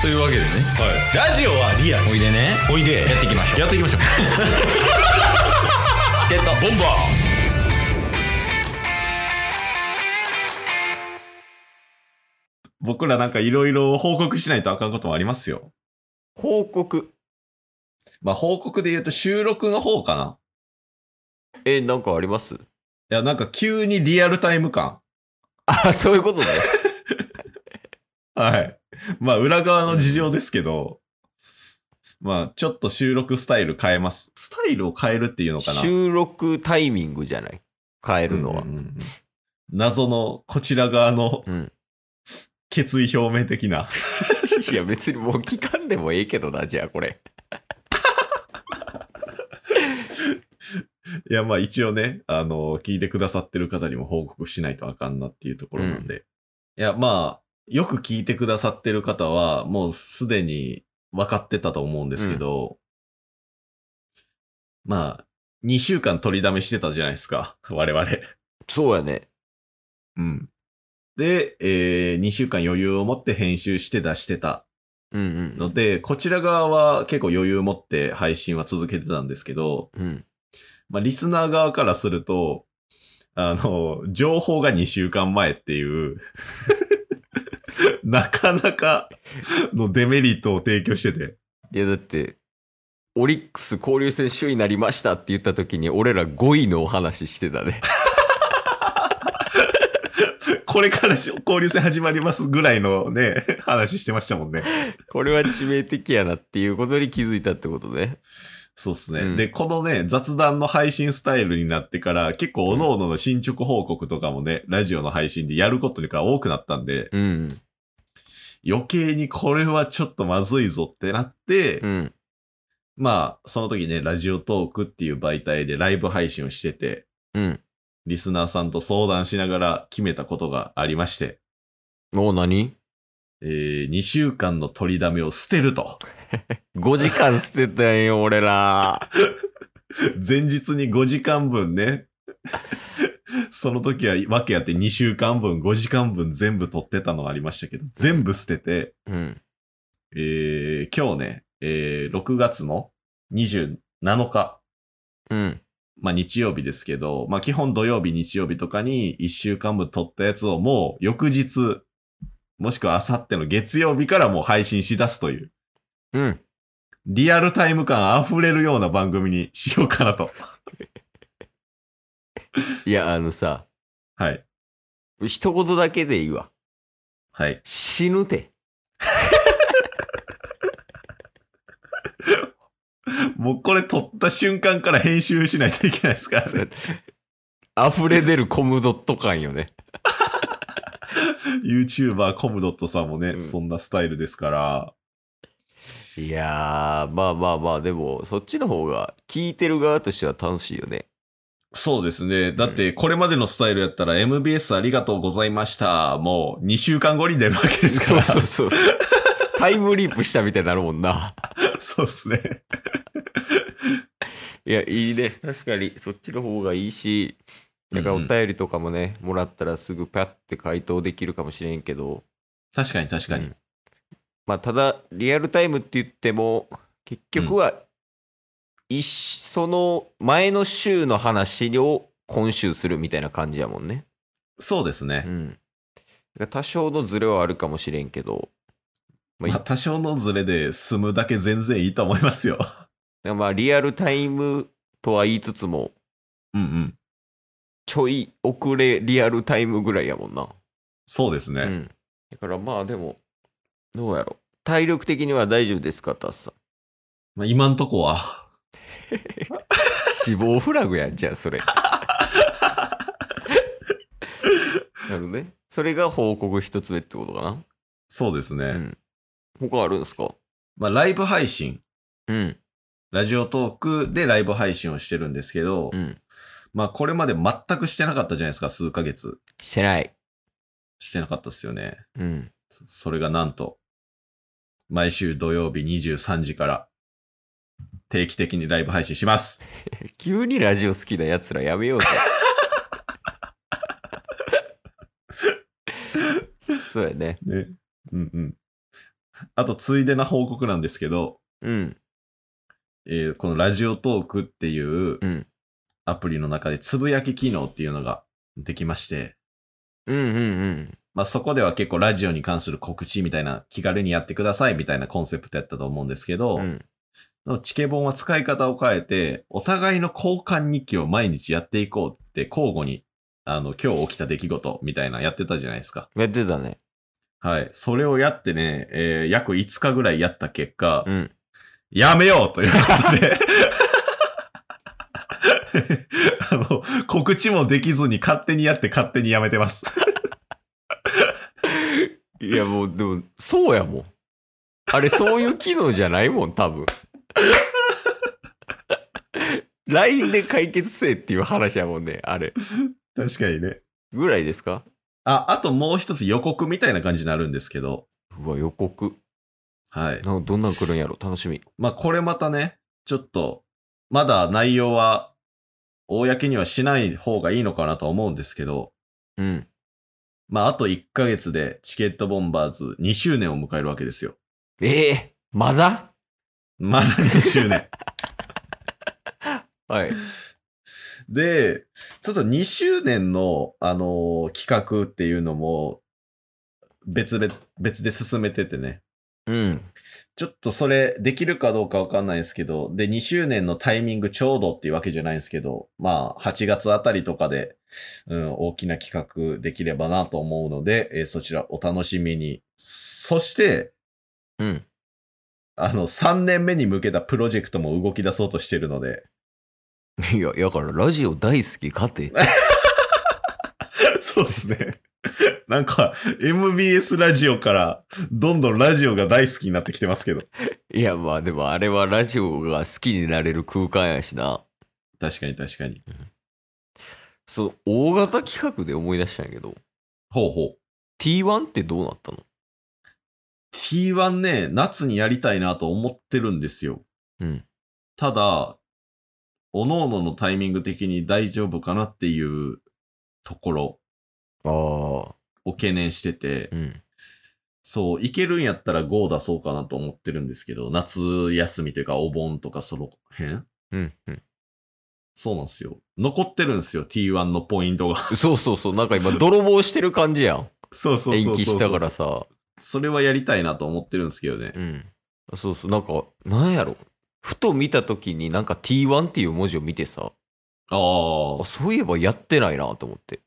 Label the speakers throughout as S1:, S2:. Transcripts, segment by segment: S1: というわけでね
S2: はい、ラジオはリアル
S1: おいでね
S2: おいで
S1: やっていきましょう
S2: やってい きましょう
S1: ゲットボンバ
S2: 僕らなんかいろいろ報告しないとあかんこともありますよ
S1: ー報告
S2: まあ報告で言うと収録の方かな
S1: えなんかあります
S2: いやなんか急にリアルタイム感
S1: あそういうことね
S2: はいまあ裏側の事情ですけど、まあちょっと収録スタイル変えますスタイルを変えるっていうのかな
S1: 収録タイミングじゃない変えるのは
S2: うんうんうん謎のこちら側の
S1: うん、
S2: 決意表明的な
S1: いや別にもう聞かんでもええけどなじゃあこれ
S2: いやまあ一応ねあの聞いてくださってる方にも報告しないとあかんなっていうところなんで、いやまあよく聞いてくださってる方はもうすでに分かってたと思うんですけど、まあ2週間取りだめしてたじゃないですか 我々
S1: そうやね
S2: うんで、え2週間余裕を持って編集して出してた
S1: うんう
S2: の
S1: ん
S2: で、こちら側は結構余裕持って配信は続けてたんですけど、
S1: うん
S2: まあ、リスナー側からすると、あの、情報が2週間前っていう、 なかなかのデメリットを提供してて、
S1: いやだってオリックス交流戦首位になりましたって言った時に俺ら5位のお話してた ね
S2: これから交流戦始まりますぐらいのね、話してましたもんね。
S1: これは致命的やなっていうことに気づいたってことね
S2: そうっすね。
S1: うん
S2: で、このね、雑談の配信スタイルになってから、結構各々の進捗報告とかもね、ラジオの配信でやることが多くなったんで、
S1: うん
S2: 余計にこれはちょっとまずいぞってなって、
S1: うん
S2: まあ、その時ね、ラジオトークっていう媒体でライブ配信をしてて、
S1: うん
S2: リスナーさんと相談しながら決めたことがありまして、
S1: もう何
S2: えー、2週間の取りだめを捨てると。
S1: 5時間捨てたんよ俺ら
S2: 前日に5時間分ね、 その時は訳あって2週間分、5時間分全部取ってたのがありましたけど、全部捨てて、
S1: うん
S2: えー、今日ね、えー、6月の27日、
S1: うん
S2: まあ日曜日ですけど、まあ基本土曜日、日曜日とかに1週間分撮ったやつをもう翌日、もしくは明後日の月曜日からもう配信し出すという、
S1: うん
S2: リアルタイム感溢れるような番組にしようかなと。
S1: いやあのさ
S2: はい。
S1: 一言だけでいいわ
S2: はい。
S1: 死ぬて
S2: もうこれ撮った瞬間から編集しないといけないですからね。
S1: 溢れ出るコムドット感よね
S2: YouTuber コムドットさんもね、
S1: うん
S2: そんなスタイルですから、
S1: いやーまあまあまあでもそっちの方が聞いてる側としては楽しいよね
S2: そうですね。だって、これまでのスタイルやったら、MBS ありがとうございました。もう、2週間後に出るわけですか
S1: そう
S2: ら。
S1: そうそうタイムリープしたみたいになるもんな
S2: そうですね。
S1: いやいいね確かにそっちの方がいいしだからお便りとかもね、もらったらすぐパッて回答できるかもしれんけど
S2: 確かに確かに。
S1: うんまあただリアルタイムって言っても結局は、一その前の週の話を今週するみたいな感じやもんね。
S2: そうです
S1: う
S2: ね。
S1: ん、だから多少のズレはあるかもしれんけど、まあい
S2: まあ、多少のズレで済むだけ全然いいと思いますよ。
S1: まあリアルタイムとは言いつつも
S2: うんうん。
S1: ちょい遅れリアルタイムぐらいやもんな。
S2: そうですね。
S1: うん、だからまあでもどうやろ体力的には大丈夫ですかタスさん。
S2: まあ、今んとこは。
S1: 死亡フラグやんじゃあ それなるねそれが報告一つ目ってことかな、
S2: そうですね。
S1: うん他あるんですか
S2: まあ、ライブ配信。
S1: うん
S2: ラジオトークでライブ配信をしてるんですけど、
S1: うん
S2: まあ、これまで全くしてなかったじゃないですか。数ヶ月。
S1: してない
S2: してなかったですよね。
S1: うん
S2: そそれがなんと、毎週土曜日23時から、定期的にライブ配信します。
S1: 急にラジオ好きなやつらやめ ようぜそうやね
S2: ね。うんうん。あと、ついでな報告なんですけど、
S1: うん。
S2: えーこのラジオトークっていう
S1: うん。
S2: アプリの中でつぶやき機能っていうのができまして、
S1: うんうんうん。
S2: まあそこでは結構ラジオに関する告知みたいな気軽にやってくださいみたいなコンセプトやったと思うんですけど、
S1: うん
S2: でもチケボンは使い方を変えて、お互いの交換日記を毎日やっていこうって交互に、あの、今日起きた出来事みたいなのやってたじゃないですか。
S1: やってたね。
S2: はい。それをやってね、えー約5日ぐらいやった結果、
S1: うん。
S2: やめようということ で。あの、告知もできずに勝手にやって勝手にやめてます。
S1: いやもう、でも、そうやもん。あれ、そういう機能じゃないもん、多分。LINE で解決せえっていう話やもんね、あれ。
S2: 確かにね。
S1: ぐらいですか
S2: あ、あともう一つ予告みたいな感じになるんですけど、
S1: うわ、予告。
S2: はい。
S1: なんかどんなん来るんやろ、楽しみ。
S2: まあこれまたね、ちょっと、まだ内容は、公にはしない方がいいのかなとは思うんですけど、
S1: うん。
S2: まああと1ヶ月でチケットボンバーズ2周年を迎えるわけですよ。
S1: ええまだ
S2: まだ2周年。
S1: はい。
S2: で、ちょっと2周年の、あのー企画っていうのも、別々、別で進めててね。
S1: うん。
S2: ちょっとそれできるかどうかわかんないですけど、で、2周年のタイミングちょうどっていうわけじゃないですけど、まあ、8月あたりとかで、うん、大きな企画できればなと思うので、えーそちらお楽しみに。そして、
S1: うん。
S2: あの、3年目に向けたプロジェクトも動き出そうとしてるので、
S1: いや、やから、ラジオ大好きかて。
S2: そうですね。なんか、MBS ラジオから、どんどんラジオが大好きになってきてますけど。
S1: いや、まあでも、あれはラジオが好きになれる空間やしな。
S2: 確かに確かに。
S1: そう、大型企画で思い出したんやけど、
S2: ほうほう。
S1: T1 ってどうなったの
S2: T1 ね、夏にやりたいなと思ってるんですよ。
S1: うん。
S2: ただ、おのののタイミング的に大丈夫かなっていうところ
S1: ああ。
S2: を懸念してて、
S1: うん。
S2: そう、いけるんやったら GO 出そうかなと思ってるんですけど、夏休みというかお盆とかその辺
S1: うん、うん。
S2: そうなんですよ。残ってるんですよ、T1 のポイントが。
S1: そうそうそう。なんか今、泥棒してる感じやん。
S2: そうそうそうそう
S1: 延期したからさ。
S2: それはやりたいなと思ってるんですけどね。
S1: うん。そうそう。なんか、なんやろ。ふと見た時になんか T1 っていう文字を見てさ、
S2: ああ、
S1: あ、そういえばやってないなと思って。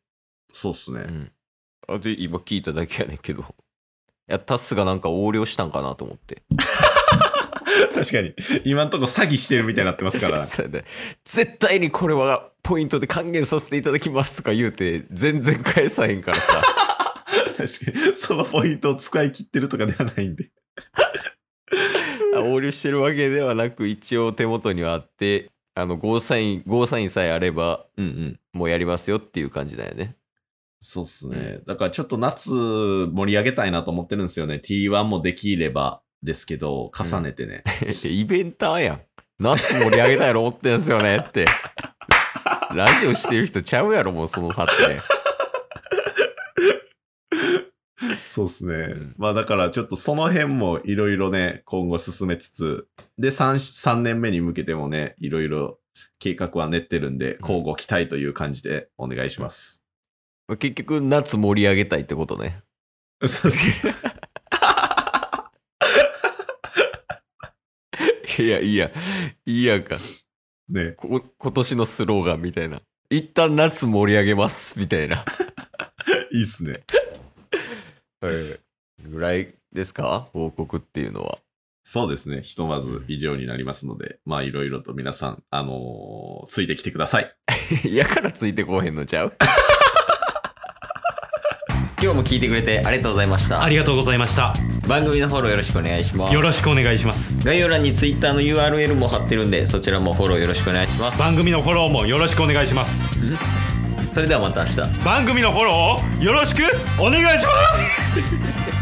S2: そうっす
S1: う
S2: ね。
S1: ん。あで、今聞いただけやねんけど。いや、タスがなんか横領したんかなと思って。
S2: 確かに。今んとこ詐欺してるみたいになってますから。
S1: そうやね絶対にこれはポイントで還元させていただきますとか言うて、全然返さへんからさ。
S2: 確かに。そのポイントを使い切ってるとかではないんで。
S1: あ横領してるわけではなく一応手元にはあってあのゴーサインゴーサインさえあれば
S2: うんうん。
S1: もうやりますよっていう感じだよね
S2: そうっすね。だからちょっと夏盛り上げたいなと思ってるんですよね。T1 もできればですけど、重ねてね。
S1: えイベンターやん夏盛り上げたいの思ってんすよねってラジオしてる人ちゃうやろもうその発言
S2: そうっすね。
S1: ん
S2: まあだからちょっとその辺もいろいろね、今後進めつつ、で3、3年目に向けてもね、いろいろ計画は練ってるんで、交互期待という感じでお願いします。
S1: まあ結局夏盛り上げたいってことね
S2: そうっすね
S1: いやいやいやか
S2: ね。
S1: こ今年のスローガンみたいな一旦夏盛り上げますみたいな、
S2: いいっすね。
S1: ぐらいですか報告っていうのは
S2: そうですね。ひとまず以上になりますので、まあいろいろと皆さん、あのーついてきてください。
S1: やからついてこうへんのちゃう 今日も聞いてくれてありがとうございました
S3: ありがとうございました。
S1: 番組のフォローよろしくお願いします
S3: よろしくお願いします。
S1: 概要欄に Twitter の URL も貼ってるんでそちらもフォローよろしくお願いします
S3: 番組のフォローもよろしくお願いします。
S1: それではまた明日
S3: 番組のフォローをよろしくお願いします